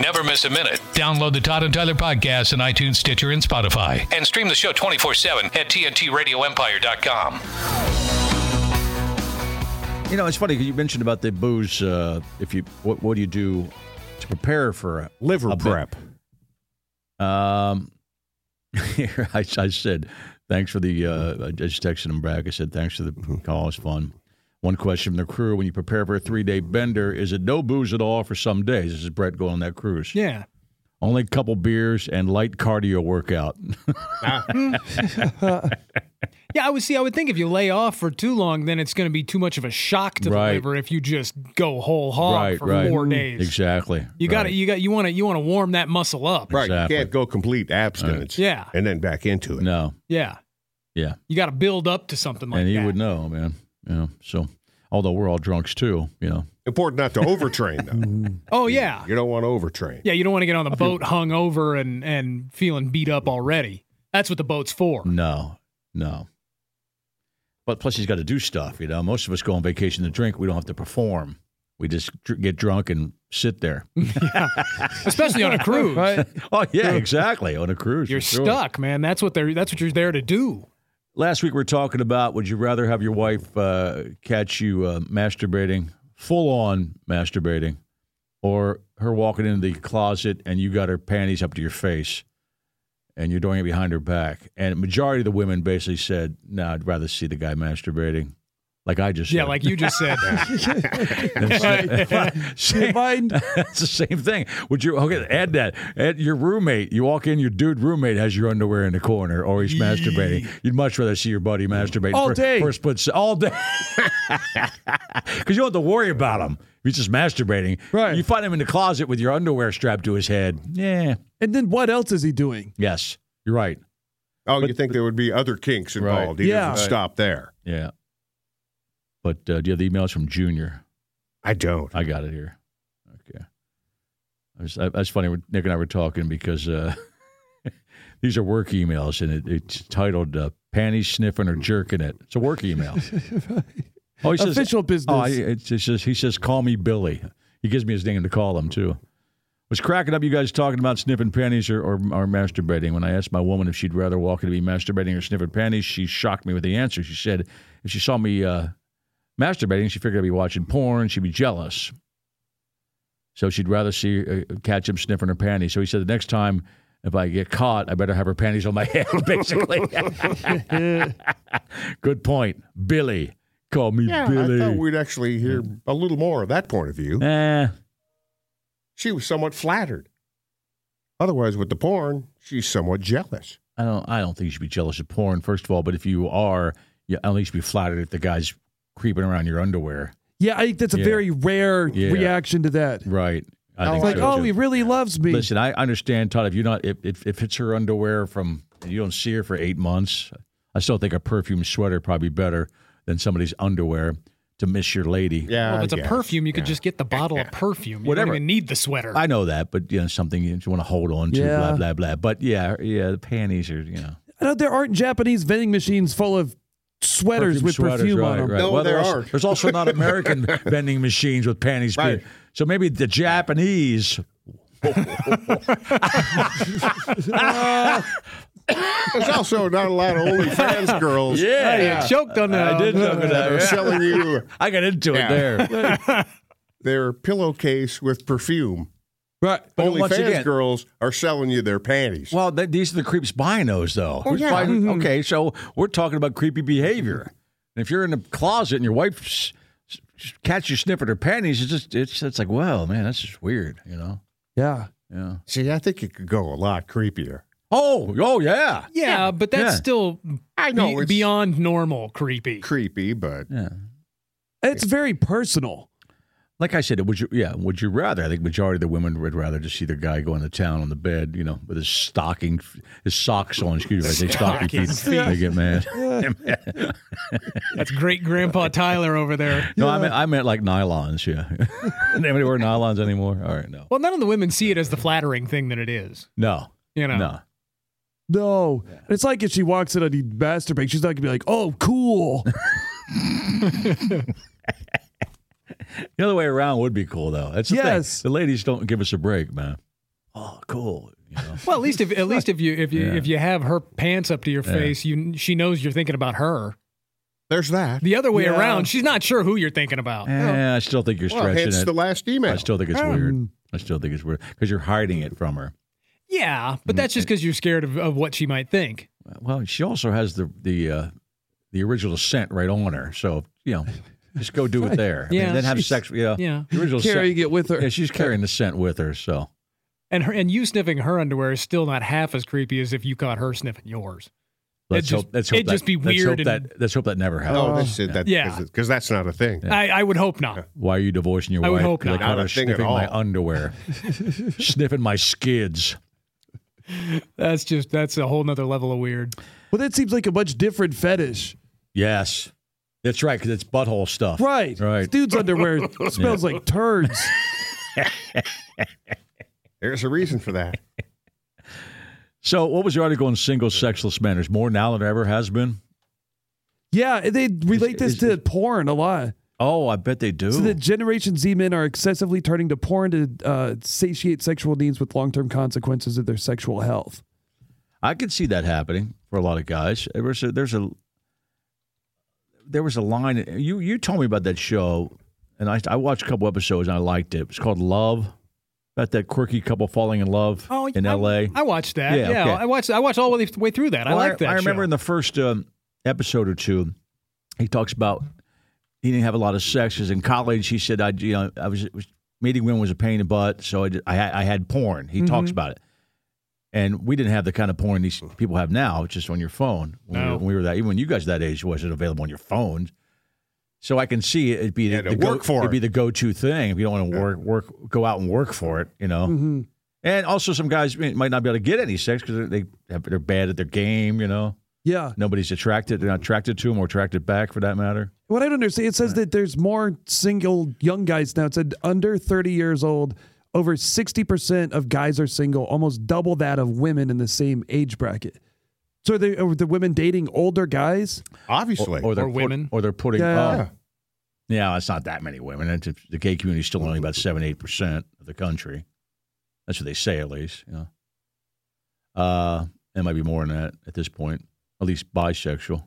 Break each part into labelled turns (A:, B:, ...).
A: Never miss a minute.
B: Download the Todd and Tyler podcast on iTunes, Stitcher, and Spotify.
A: And stream the show 24 7 at TNTRadioEmpire.com.
C: You know, it's funny 'cause you mentioned about the booze. Uh, if you, what, what do you do to prepare for a
D: Liver
C: a bit?
D: prep.
C: Um, here I, I said, thanks for the. Uh, I just texted him back. I said, thanks for the
E: Mm-hmm.
C: call. It's fun. One question from the crew: When you prepare for a three-day bender, is it no booze at all for some days? This is Brett going on that cruise.
E: Yeah.
C: Only a couple beers and light cardio workout.
E: Yeah, I would see. I would think if you lay off for too long, then it's going to be too much of a shock to
C: Right.
E: the liver. If you just go whole hog
C: right,
E: for
C: right.
E: four days,
C: Exactly.
E: you got to
C: right.
E: You got you want to you want to warm that muscle up.
D: Right.
C: Exactly.
D: You can't go complete abstinence.
E: Yeah.
D: And then back into it.
C: No.
E: Yeah,
C: Yeah.
E: you got to build up to something like
C: and he
E: that.
C: would know, man. You know. So, although we're all drunks too, you know.
D: Important not to overtrain, though.
E: Oh yeah,
D: you don't want to overtrain.
E: yeah. You don't want to get on the boat hung over and and feeling beat up already. That's what the boat's for.
C: No, no. But plus, he's got to do stuff. You know, most of us go on vacation to drink. We don't have to perform. We just dr- get drunk and sit there.
E: especially on a cruise.
C: oh yeah, exactly. On a cruise,
E: You're
C: for sure.
E: stuck, man. That's what they're. That's what you're there to do.
C: Last week we were talking about: Would you rather have your wife uh, catch you uh, masturbating, full on masturbating, or her walking into the closet and you got her panties up to your face, and you're doing it behind her back? And majority of the women basically said, "No, I'd rather see the guy masturbating." Like I just
E: Yeah,
C: said.
E: like you just said.
C: Same- That's the same thing. Would you okay? Add that. Add your roommate. You walk in. Your dude roommate has your underwear in the corner, or he's masturbating. You'd much rather see your buddy masturbate
D: All
C: for,
D: day.
C: for a split se- all day, because you don't have to worry about him. He's just masturbating.
F: Right.
C: You find him in the closet with your underwear strapped to his head. Yeah.
F: And then what else is he doing?
C: Yes. You're right.
D: Oh, you think there would be other kinks
C: Right.
D: involved? He
F: Yeah.
D: doesn't stop there.
C: Yeah. But uh, do you have the emails from Junior?
D: I don't.
C: I got it here. Okay. I was, I, that's funny. Nick and I were talking because uh, these are work emails, and it, it's titled uh, "Panties Sniffing or Jerking It." It's a work email. Oh, he says,
F: Official business.
C: Oh, I- it's, it's just, he says, "Call me Billy." He gives me his name to call him too. Was cracking up, you guys talking about sniffing panties or, or, or masturbating. When I asked my woman if she'd rather walk into me masturbating or sniffing panties, she shocked me with the answer. She said if she saw me uh, masturbating, she figured I'd be watching porn. She'd be jealous. So she'd rather see uh, catch him sniffing her panties. So he said the next time if I get caught, I better have her panties on my head, basically. Good point. Billy. Call me
D: Yeah,
C: Billy.
D: I thought we'd actually hear a little more of that point of view.
C: Eh,
D: She was somewhat flattered. Otherwise, with the porn, she's somewhat jealous.
C: I don't. I don't think you should be jealous of porn, first of all. But if you are, you at least be flattered if the guy's creeping around your underwear.
F: yeah, I think that's a
C: Yeah.
F: very rare
C: Yeah.
F: reaction to that.
C: Right. I
D: Oh,
C: think
F: It's like,
C: so,
F: oh,
C: too.
F: he really loves me.
C: Listen, I understand, Todd. If you're not, if, if if it's her underwear from and you don't see her for eight months, I still think a perfume sweater probably better than somebody's underwear to miss your lady.
D: Yeah,
E: well, if it's
D: yes.
E: a perfume, you could just get the bottle of perfume. You
C: Whatever.
E: don't even need the sweater.
C: I know that, but you know something you want to hold on to,
F: Yeah.
C: blah blah blah. But yeah, yeah, the panties are you know
F: I know there aren't Japanese vending machines full of sweaters
C: perfume
F: with
C: sweaters,
F: perfume
C: right,
F: on them.
C: Right.
D: No, there
C: there's,
D: aren't.
C: There's also not American vending machines with panties.
D: Right.
C: So maybe the Japanese.
D: There's also not a lot of OnlyFans girls
E: yeah. choked on that.
C: I did look at
D: that are
C: that.
D: selling you
C: I got into
D: Yeah.
C: it there.
D: their pillowcase with perfume.
F: Right.
C: But
D: OnlyFans
C: once again-
D: girls are selling you their panties.
C: Well, th- these are the creeps buying those, though. Who's
D: yeah.
C: buying- okay, so we're talking about creepy behavior. And if you're in the closet and your wife s- s- catches you sniffing her panties, it's just it's it's like, wow, man, that's just weird, you know?
F: Yeah.
C: Yeah.
D: See, I think it could go a lot creepier.
C: Oh, oh yeah,
E: Yeah, but that's
C: Yeah.
E: still
D: I know
E: be-
D: it's
E: beyond normal creepy.
D: creepy, but
C: yeah.
F: It's very personal.
C: Like I said, would you? Yeah, would you rather? I think majority of the women would rather just see their guy going to town on the bed, you know, with his stocking, his socks on. Excuse me, I say stocking feet. They get mad.
E: That's great grandpa Tyler over there.
C: No, I meant I meant like nylons. Yeah, anybody wear nylons anymore? All right, no,
E: Well, none of the women see it as the flattering thing that it is.
C: no,
E: You know.
C: no.
F: No. It's like if she walks in on you masturbating, she's not going to be like, oh, cool.
C: The other way around would be cool though. That's the
F: Yes.
C: thing. The ladies don't give us a break, man. Oh, cool. You know?
E: Well, at least if at least if you if you if you have her pants up to your face, you she knows you're thinking about her.
D: There's that.
E: The other way
F: Yeah.
E: around, she's not sure who you're thinking about.
C: Eh, I still think you're
D: Well,
C: stretching
D: hence
C: it.
D: the last email.
C: I still think it's weird. I still think it's weird because you're hiding it from her.
E: Yeah, but that's just because you're scared of, of what she might think.
C: Well, she also has the the uh, the original scent right on her, so you know, just go do it there. I mean,
E: Yeah.
C: then have sex. Yeah,
E: Yeah.
C: The original
F: Carrying
C: scent.
F: it with her.
C: Yeah, she's carrying the scent with her. So
E: And her and you sniffing her underwear is still not half as creepy as if you caught her sniffing yours.
C: let's
E: just-
C: hope. Let's hope
E: it'd
C: that,
E: just be
C: let's
E: weird
C: Hope
E: and-
C: that, let's hope that never happens.
D: Oh, they said that
E: Yeah.
D: because that's not a thing.
E: I, I would hope not.
C: Why are you divorcing your
E: I would
C: wife?
E: hope
C: 'Cause
E: not.
C: I caught
D: Not a
C: her
D: thing at
C: sniffing my
D: all.
C: underwear, sniffing my skids.
E: That's just that's a whole nother level of weird.
F: Well, that seems like a much different fetish.
C: Yes, that's right. Because it's butthole stuff.
F: Right.
C: Right.
F: Dude's underwear smells like turds.
D: There's a reason for that.
C: So, what was your article on single sexless men? There's more now than there ever has been.
F: Yeah, they relate this
C: is-
F: to porn a lot.
C: Oh, I bet they do.
F: So that Generation Z men are excessively turning to porn to uh, satiate sexual needs with long-term consequences of their sexual health.
C: I could see that happening for a lot of guys. There was a, there's a there was a line you you told me about that show, and I I watched a couple episodes and I liked it. It's called Love, about that quirky couple falling in love in
E: Oh, I-
C: L.A.
E: I watched that.
C: Yeah,
E: Yeah,
C: okay.
E: I watched I watched all the way through that. I
C: Well,
E: like that.
C: I remember
E: show.
C: in the first um, episode or two, he talks about he didn't have a lot of sex. 'cause in college, he said, "I, you know, I was, was meeting women was a pain in the butt, so I, did- I, had- I had porn." He talks about it, and we didn't have the kind of porn these people have now. It's just on your phone. When, we,
E: No.
C: were, when we were that, even when you guys that age, it wasn't available on your phones. So I can see it, it'd be
D: You had
C: the,
D: to
C: go,
D: work for
C: it'd be
D: it.
C: the go-to thing if you don't want to work, work, go out and work for it, you know.
F: Mm-hmm.
C: And also, some guys may- might not be able to get any sex because they have- they're bad at their game. You know,
F: Yeah.
C: nobody's attracted. They're not attracted to them or attracted back, for that matter.
F: What I don't understand, it says that there's more single young guys now. It said under 30 years old, over 60% of guys are single, almost double that of women in the same age bracket. So are, they, are the women dating older guys?
D: Obviously.
C: they're
E: Or
C: put-
E: women.
C: or they're putting.
F: Yeah.
C: Yeah. yeah, it's not that many women. It's, it's- the gay community is still only about seven, eight percent of the country. That's what they say, at least. You know, uh, it might be more than that at this point. At least bisexual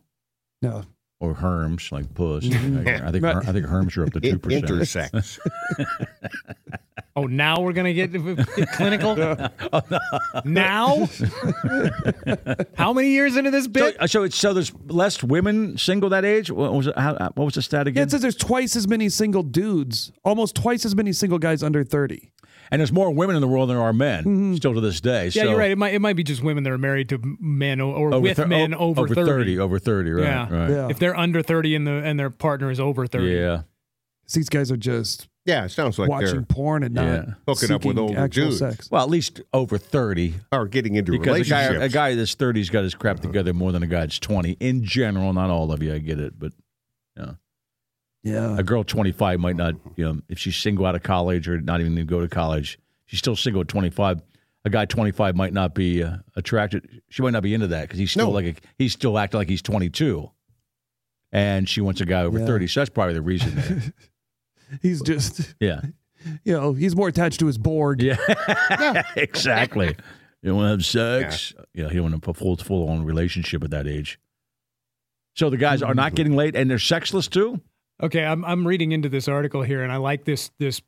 F: No.
C: or herms like puss. I think
F: Right.
C: I think herms are up to
D: In-
C: two percent.
D: intersex.
E: Oh, now we're gonna get, get clinical.
C: Oh,
E: Now, how many years into this
C: So,
E: bit?
C: uh, so it's so there's less women single that age. What was it, how, uh, what was the stat
F: Yeah,
C: again?
F: it says there's twice as many single dudes, almost twice as many single guys under 30.
C: and there's more women in the world than there are men still to this day.
E: Mm-hmm. yeah,
C: so,
E: you're right. It might it might be just women that are married to men o- or
C: Over
E: with
C: thir-
E: men
C: o-
E: over,
C: over 30. over 30, right?
E: Yeah.
C: right.
F: Yeah.
E: If they're under thirty and the and their partner is over thirty,
C: Yeah.
F: These guys are just
D: yeah, it sounds like
F: watching
D: they're
F: porn and not
C: Yeah.
D: Hooking up with
F: seeking
D: older
F: actual
D: dudes.
F: sex.
C: Well, at least over 30.
D: are getting into
C: Because a guy,
D: relationships.
C: a guy that's 30's got his crap together more than a guy that's 20 in general. Not all of you, I get it, but
F: Yeah.
C: a girl 25 might not, you know, if she's single out of college or not even go to college, she's still single at 25. A guy 25 might not be uh, attracted. She might not be into that because he's still
D: No.
C: like a, he's still acting like he's 22, and she wants a guy over
F: Yeah.
C: 30. So that's probably the reason. There.
F: He's just,
C: yeah,
F: you know, he's more attached to his board.
C: yeah, exactly. You don't want to have sex. Yeah, you don't want to full full on relationship at that age. So the guys are not
D: Mm-hmm.
C: getting late, and they're sexless too.
E: Okay, I'm I'm reading into this article here, and I like this this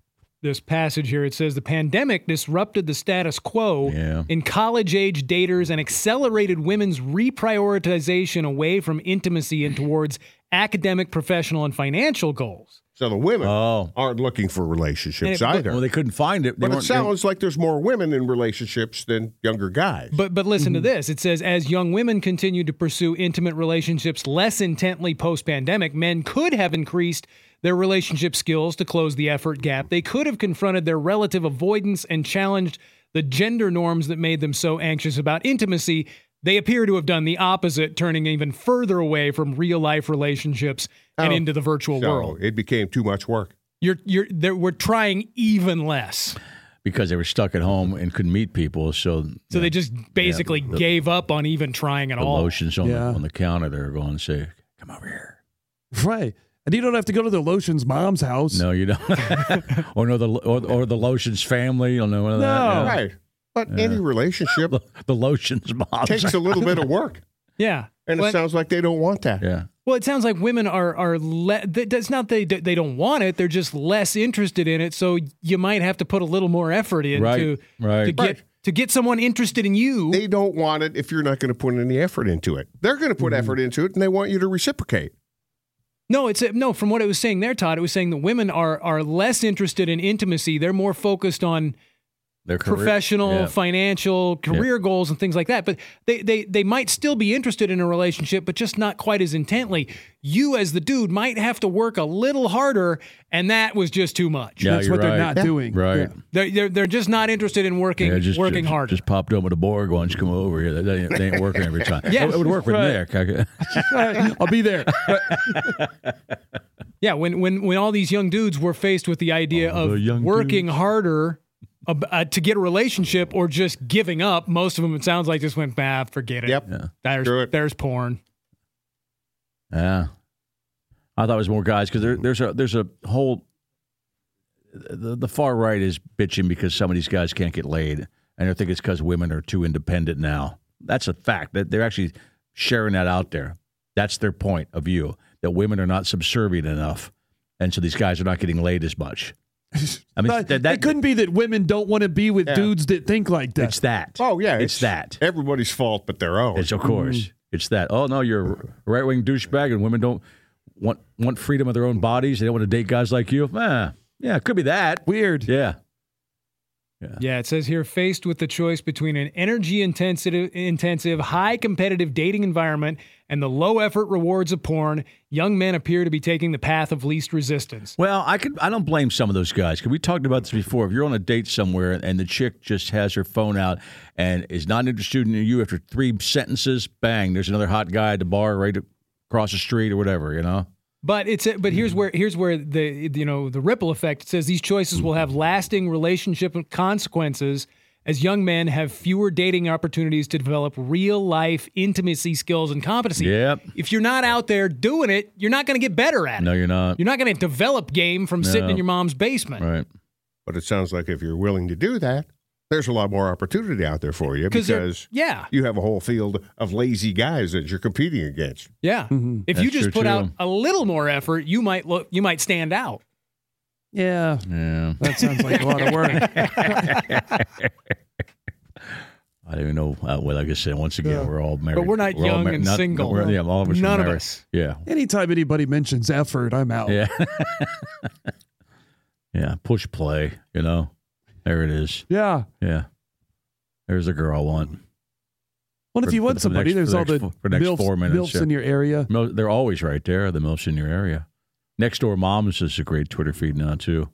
E: this passage here. It says the pandemic disrupted the status quo
C: Yeah.
E: in college age daters and accelerated women's reprioritization away from intimacy and towards academic, professional, and financial goals.
D: So the women
C: Oh.
D: aren't looking for relationships
E: And it-
D: either.
C: Well, they couldn't find it. They
D: but it
C: weren't- they-
D: sounds like there's more women in relationships than younger guys.
E: But but listen
D: Mm-hmm.
E: to this. It says as young women continue to pursue intimate relationships less intently post-pandemic, men could have increased their relationship skills to close the effort gap. They could have confronted their relative avoidance and challenged the gender norms that made them so anxious about intimacy. They appear to have done the opposite, turning even further away from real life relationships and
D: Oh,
E: into the virtual
D: so
E: world.
D: it became too much work.
E: You're you're there, we're trying even less.
C: because they were stuck at home and couldn't meet people. So,
E: So they just basically gave up on even trying at
C: the
E: all.
C: lotions on,
F: Oh, Yeah.
C: the, on the counter, they're going to say, come over here.
F: Right. And you don't have to go to the lotion's mom's house.
C: No, you don't. or no, the or, or the lotion's family. You'll know none of that.
F: No.
C: Oh. yeah.
D: Right. But any relationship
C: The, the lotion's mom.
D: takes a little bit of work.
E: Yeah.
D: And
E: Well,
D: it sounds like they don't want that.
C: yeah.
E: Well, it sounds like women are are le- th- that's not they they don't want it. They're just less interested in it. So you might have to put a little more effort in
C: Right,
E: to
C: right.
E: to get
D: Right.
E: to get someone interested in you.
D: They don't want it if you're not going to put any effort into it. They're going to put
C: Mm-hmm.
D: effort into it and they want you to reciprocate.
E: no, it's no. From what it was saying there, Todd, it was saying that women are are less interested in intimacy. They're more focused on
C: Their career-
E: professional,
C: yeah.
E: financial, career goals, and things like that. But they, they they might still be interested in a relationship, but just not quite as intently. You, as the dude, might have to work a little harder, and that was just too much.
C: Yeah,
F: That's
C: you're
F: what they're
C: right.
F: not doing.
C: Right.
F: Yeah.
E: They're, they're, they're just not interested in working
C: Yeah, just,
E: working
C: just,
E: harder.
C: Just popped up with a Borg once. Come over here. They, they, they ain't working every time.
E: Yeah.
C: it, would work with Nick. I could-
F: I'll be there.
E: yeah, when when when all these young dudes were faced with the idea
C: All the
E: of
C: young
E: working
C: dudes.
E: harder ab- uh, to get a relationship or just giving up, most of them it sounds like just went, "Bah, forget it.
D: Yep.
E: There's
D: Screw it."
E: there's porn."
C: Yeah, I thought it was more guys because there, there's a there's a whole the, the far right is bitching because some of these guys can't get laid, and I think it's because women are too independent now. That's a fact that they're actually sharing that out there. That's their point of view that women are not subservient enough, and so these guys are not getting laid as much. I mean,
F: But
C: that, that
F: it couldn't be that women don't want to be with
D: Yeah.
F: dudes that think like that.
C: it's that.
D: Oh, yeah.
C: it's, that.
D: Everybody's fault but their own.
C: It's of course. It's that. Oh no, you're a right wing douchebag, and women don't want want freedom of their own bodies. They don't want to date guys like you. Ah, yeah, it could be that.
F: Weird.
C: Yeah,
E: Yeah, it says here faced with the choice between an energy intensive intensive high competitive dating environment and the low effort rewards of porn, young men appear to be taking the path of least resistance.
C: Well, I could. I don't blame some of those guys. 'cause we talked about this before? If you're on a date somewhere and the chick just has her phone out and is not interested in you after three sentences, bang, there's another hot guy at the bar right across the street or whatever. You know.
E: But it's but here's
C: Mm-hmm.
E: where here's where the you know the ripple effect it says these choices will
C: Mm-hmm.
E: have lasting relationship consequences as young men have fewer dating opportunities to develop real life intimacy skills and competency.
C: Yep.
E: If you're not out there doing it, you're not going to get better at it.
C: No, you're not.
E: You're not going to develop game from sitting
C: No.
E: in your mom's basement.
C: right.
D: But it sounds like if you're willing to do that, there's a lot more opportunity out there for you
E: they're-
D: because
E: yeah,
D: you have a whole field of lazy guys that you're competing against.
E: yeah. If you
C: That's
E: just
C: true,
E: put
C: too.
E: out a little more effort, you might look you might stand out.
F: Yeah.
C: Yeah.
F: That sounds like a lot of work.
C: I don't even know. Uh, well, like I said, once again, we're all married.
E: But we're not
C: all
E: young
C: mar-
E: and
C: not-
E: single.
C: we're- yeah, all of us are
E: None of
C: married.
E: us.
C: Yeah,
F: Anytime anybody mentions effort, I'm out.
C: yeah, yeah. Push play. You know, there it is.
F: Yeah.
C: Yeah, there's a girl I want.
F: Well,
C: For-
F: if you
C: for
F: want
C: the
F: somebody,
C: next-
F: there's
C: for
F: all
C: the
F: the
C: next- for the next
F: milfs,
C: four minutes,
F: milfs
C: yeah.
F: in your area.
C: Mil- They're always right there. The milfs in your area. Next door moms is a great Twitter feed now too.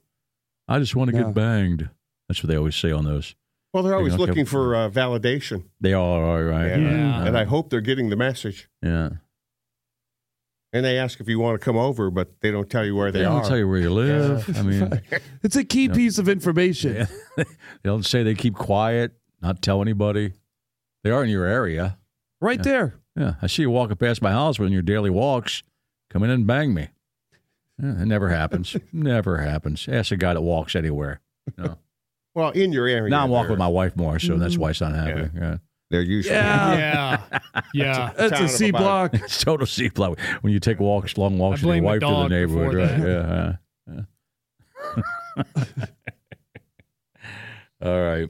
C: I just want to
F: Yeah.
C: get banged. That's what they always say on those.
D: Well, they're always
C: don't give-
D: looking for uh, validation,
C: They all are right.
D: Yeah.
C: uh,
E: Yeah.
D: and I hope they're getting the message.
C: yeah.
D: And they ask if you want to come over, but they don't tell you where they,
C: They
D: are.
C: don't tell you where you live. I mean.
F: It's a key piece of information.
C: Yeah. they don't say they keep quiet, not tell anybody. They are in your area.
F: Right there.
C: Yeah, I see you walking past my house when your daily walks. Come in and bang me. Yeah, it never happens. never happens. Ask a guy that walks anywhere. No.
D: well, in your area.
C: Now I'm walking
D: they're-
C: with my wife more, so that's why it's not happening. Yeah.
D: They're usually.
C: Oh.
F: Yeah.
E: Yeah, yeah.
F: That's
D: Town
F: a
D: of
F: C
D: about-
F: block.
C: It's total sea blow when you take walks, long walks
E: I
C: with your
E: blame
C: wife through the
E: the dog before
C: neighborhood. Right? Yeah. yeah. All right.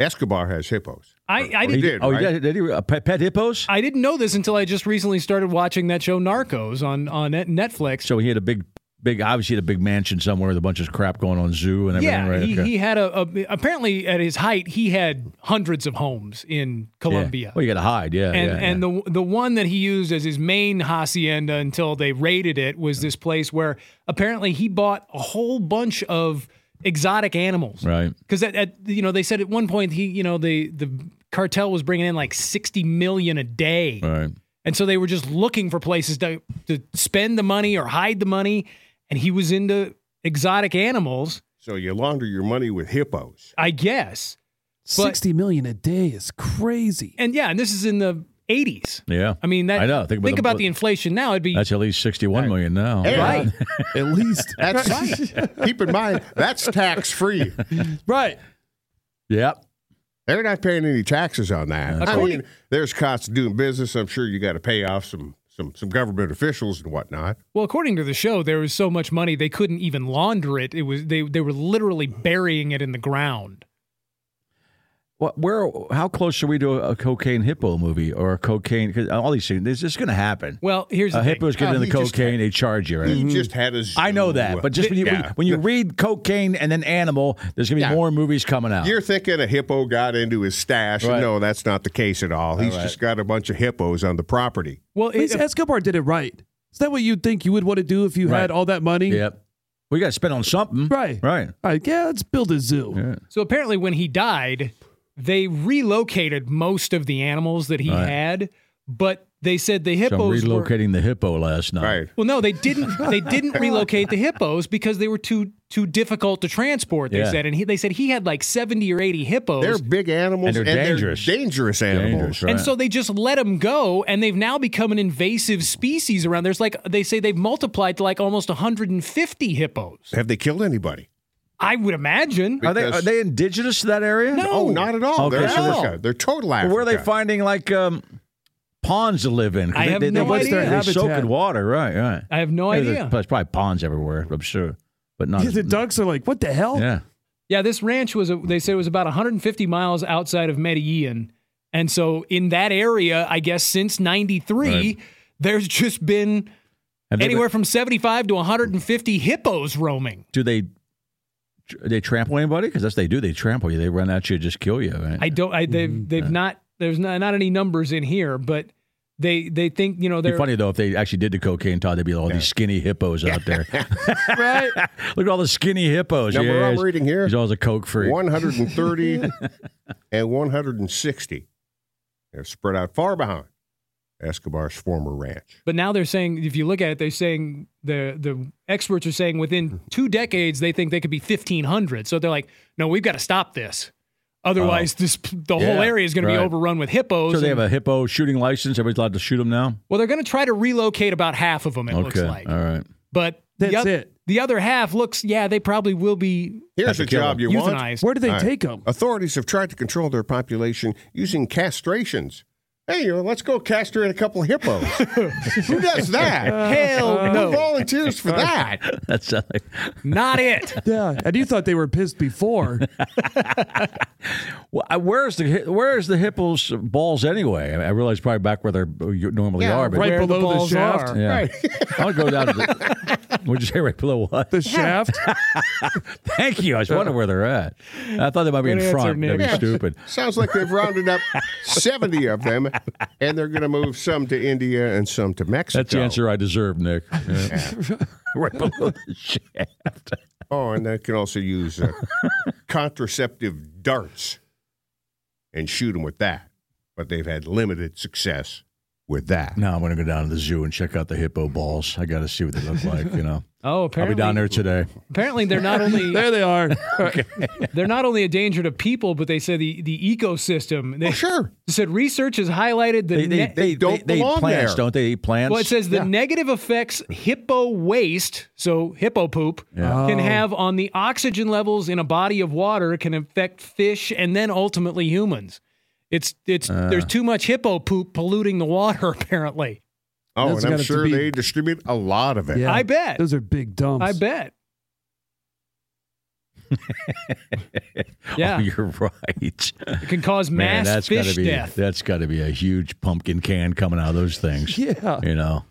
D: Escobar has hippos.
E: I, I
D: He
E: did.
D: did,
C: oh,
D: right?
C: yeah, did he, uh, pet, pet hippos?
E: I didn't know this until I just recently started watching that show Narcos on on Net- Netflix.
C: So he had a big, big, obviously had a big mansion somewhere with a bunch of crap going on, zoo and everything,
E: yeah,
C: right?
E: he,
C: Okay.
E: he had a, a apparently at his height he had hundreds of homes in
C: Yeah.
E: Colombia.
C: Well, you got to hide, yeah.
E: and
C: yeah, yeah.
E: and the the one that he used as his main hacienda until they raided it was this place where apparently he bought a whole bunch of exotic animals.
C: Right.
E: Because at, at you know they said at one point he you know the the cartel was bringing in like sixty million a day.
C: Right.
E: And so they were just looking for places to, to spend the money or hide the money. And he was into exotic animals,
D: So you launder your money with hippos.
E: I guess. But-
F: 60 million a day is crazy.
E: And yeah, and this is in the 80s.
C: Yeah.
E: I mean, that,
C: I know. Think about the-
E: about the inflation now. It'd be,
C: That's at least sixty-one million now.
D: Hey,
E: Right.
F: At least.
D: That's Keep in mind, that's tax free.
F: right.
C: Yep.
D: They're not paying any taxes on that. I
E: According-
D: mean, there's costs of doing business. I'm sure you got to pay off some some some government officials and whatnot.
E: well, according to the show, there was so much money they couldn't even launder it. It was, they, they were literally burying it in the ground.
C: What, where? How close are we to a, a cocaine hippo movie or a cocaine? Cause all these things. This is going to happen.
E: Well, here's the
C: a
E: thing.
C: hippo's getting
D: Oh,
C: in the
D: he just-
C: cocaine. They charge you, right? Mm-hmm.
D: He just had his.
C: I know that, but just when you,
D: Yeah.
C: when you read cocaine and then animal, there's going to be
D: Yeah.
C: more movies coming out.
D: You're thinking a hippo got into his stash.
C: Right.
D: No, that's not the case at all. He's just got a bunch of hippos on the property.
E: well,
F: At least
E: it,
F: Escobar did it right. Is that what you'd think you would want to do if you
C: Right.
F: had all that money?
C: yep. We got to spend on something.
F: Right.
C: Right.
F: All right, yeah, let's build a zoo.
C: Yeah.
E: So apparently, when he died, they relocated most of the animals that he
C: Right.
E: had, but they said the
C: So I'm
E: hippos were.
C: relocating the hippo last night.
D: Right.
E: Well, no, they didn't. They didn't relocate the hippos because they were too too difficult to transport. They
C: Yeah.
E: said, and he, they said he had like seventy or eighty hippos,
D: They're big animals
C: And they're dangerous.
D: dangerous animals.
C: Dangerous, right?
E: and so they just let them go, and they've now become an invasive species around. There's like they say they've multiplied to like almost one hundred and fifty hippos.
D: Have they killed anybody?
E: I would imagine.
C: are they are
D: because-
C: they indigenous to that area?
E: No.
D: Oh, not at all.
C: Okay,
D: they're
C: so
D: Africa.
E: they're-
D: They're total
C: Well,
D: Africa.
C: where are they finding like um, ponds to live in? 'Cause
E: I
C: they,
E: have
C: they,
E: no
C: they,
E: idea.
C: They soak
F: Habitat.
C: in water, right? Right.
E: I have no
C: Maybe there's-
E: idea.
C: There's probably ponds everywhere, I'm sure, but not.
F: Yeah, the ducks are like, what the hell?
C: Yeah.
E: Yeah, this ranch was, they said it was about 150 miles outside of Medellin. And so in that area, I guess since 93,
C: Right.
E: there's just been
C: Have they-
E: anywhere from 75 to 150 hippos roaming.
C: do they? They trample anybody? Because that's what they do. They trample you. They run at you, just kill you. Right?
E: I don't, I,
C: Mm-hmm.
E: they've, they've not, there's not, not any numbers in here, but they, they think, you know,
C: It'd
E: they're,
C: be funny though if they actually did the cocaine, Todd. There'd be all these skinny hippos out there.
F: Right?
C: Look at all the skinny hippos.
D: Number
C: yeah,
D: I'm reading here.
C: He's always a coke freak.
D: 130 and 160. They're spread out far behind Escobar's former ranch.
E: but now they're saying, if you look at it, they're saying the, the experts are saying
C: Hmm.
E: within two decades, they think they could be 1500. So they're like, no, we've got to stop this. Otherwise, this the whole
C: Oh. Yeah,
E: area is going to
C: right.
E: be overrun with hippos.
C: So they
E: and-
C: have a hippo shooting license. Everybody's allowed to shoot them now.
E: Well, they're going to try to relocate about half of them. It looks
C: okay.
E: like,
C: All right.
E: but
F: That's
E: the oth-
F: it.
E: The other half looks, yeah, they probably will be
D: Here's a
C: kill
D: job you want.
E: euthanized.
F: Where do they
D: All right. Oh.
F: take them?
D: Authorities have tried to control their population using castrations. Hey, you know, let's go castrate a couple of hippos. Who does
C: Uh,
D: that?
E: Hell
D: Who
E: no,
D: volunteers for that?
C: That's uh, sounds like,
E: not it.
F: Yeah. And you thought they were pissed before.
C: well, I- where's the hi- where's the hippo's balls anyway? I I realize probably back where they normally
D: Yeah,
C: are, but
F: right
E: Where the
F: below the,
E: balls
F: shaft.
E: are.
C: yeah. I'll go down. To the, Would you say right below what?
F: The shaft.
C: Thank you. I was wondering where they're at. I thought they might be in
E: Good answer,
C: front. That'd be
E: Nick.
C: stupid.
D: Sounds like they've rounded up 70 of them, and they're going to move some to India and some to Mexico.
C: That's the answer I deserve, Nick. Yeah. right below the shaft.
D: Oh, and they can also use uh, contraceptive darts and shoot them with that. But they've had limited success with that.
C: Now I'm going to go down to the zoo and check out the hippo balls. I got to see what they look like. You know,
E: Oh,
C: I'll be
E: apparently
C: down there today.
E: Apparently, they're not only
F: there they are.
E: they're not only a danger to people, but they say the the ecosystem. They
D: Oh, sure.
E: said research has highlited the.
C: They they,
E: ne-
C: they, they,
D: don't
C: they eat
D: belong
C: plants,
D: there.
C: don't they? Eat plants.
E: well, it says the negative effects hippo waste, so hippo poop, can have on the oxygen levels in a body of water can affect fish and then ultimately humans. It's it's
C: Uh.
E: there's too much hippo poop polluting the water apparently.
D: Oh,
F: That's
D: and I'm
F: gotta
D: sure
F: be-
D: they distribute a lot of it.
F: Yeah.
E: I bet.
F: Those are big dumps.
E: I bet.
C: Oh,
E: yeah,
C: you're right.
E: it can cause
C: Man,
E: mass
C: that's got
E: fish
C: to be
E: death.
C: that's got to be a huge pumpkin can coming out of those things.
F: Yeah.
C: You know,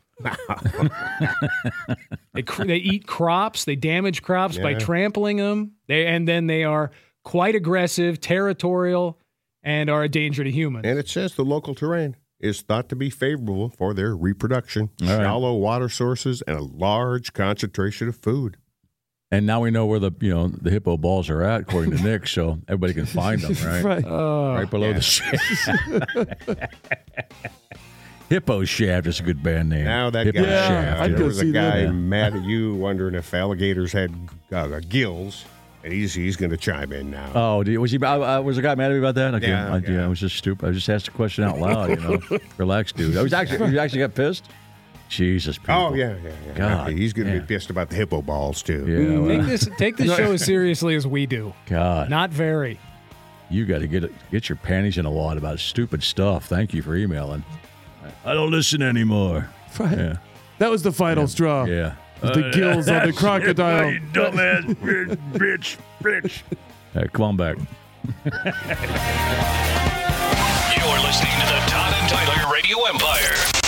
E: They, cr- they eat crops. They damage crops by trampling them. They and then they are quite aggressive, territorial, and are a danger to humans.
D: And it says the local terrain is thought to be favorable for their reproduction, shallow water sources, and a large concentration of food.
C: and now we know where the you know the hippo balls are at, according to Nick. So everybody can find them, right?
F: Right.
D: Oh,
C: Right below the shaft. hippo shaft is a good band name.
D: Now that
C: hippo
D: guy,
C: shaft.
F: I'd
D: there
F: go
D: was a
F: see that.
D: guy
F: Yeah.
D: mad at you, wondering if alligators had uh, gills, and he's he's going to chime in now.
C: Oh, do you- was he? I, I, was a guy mad at me about that? Okay,
D: Yeah,
C: I, yeah.
D: yeah.
C: I was just stupid. I just asked the question out loud. You know, relax, dude. I was actually you actually got pissed. Jesus. People.
D: oh yeah, yeah, yeah.
C: God,
D: Okay, he's going to
C: yeah.
D: be pissed about the hippo balls too.
C: Yeah.
E: Take
C: Well,
E: this take this show as seriously as we do.
C: God.
E: Not very.
C: You got to get get your panties in a wad about stupid stuff. Thank you for emailing. I don't listen anymore.
F: Right.
C: Yeah,
F: That was the final straw.
C: yeah.
F: It's the gills on the crocodile.
C: dumbass bitch, bitch, bitch. come on back.
A: You're listening to the Todd and Tyler Radio Empire.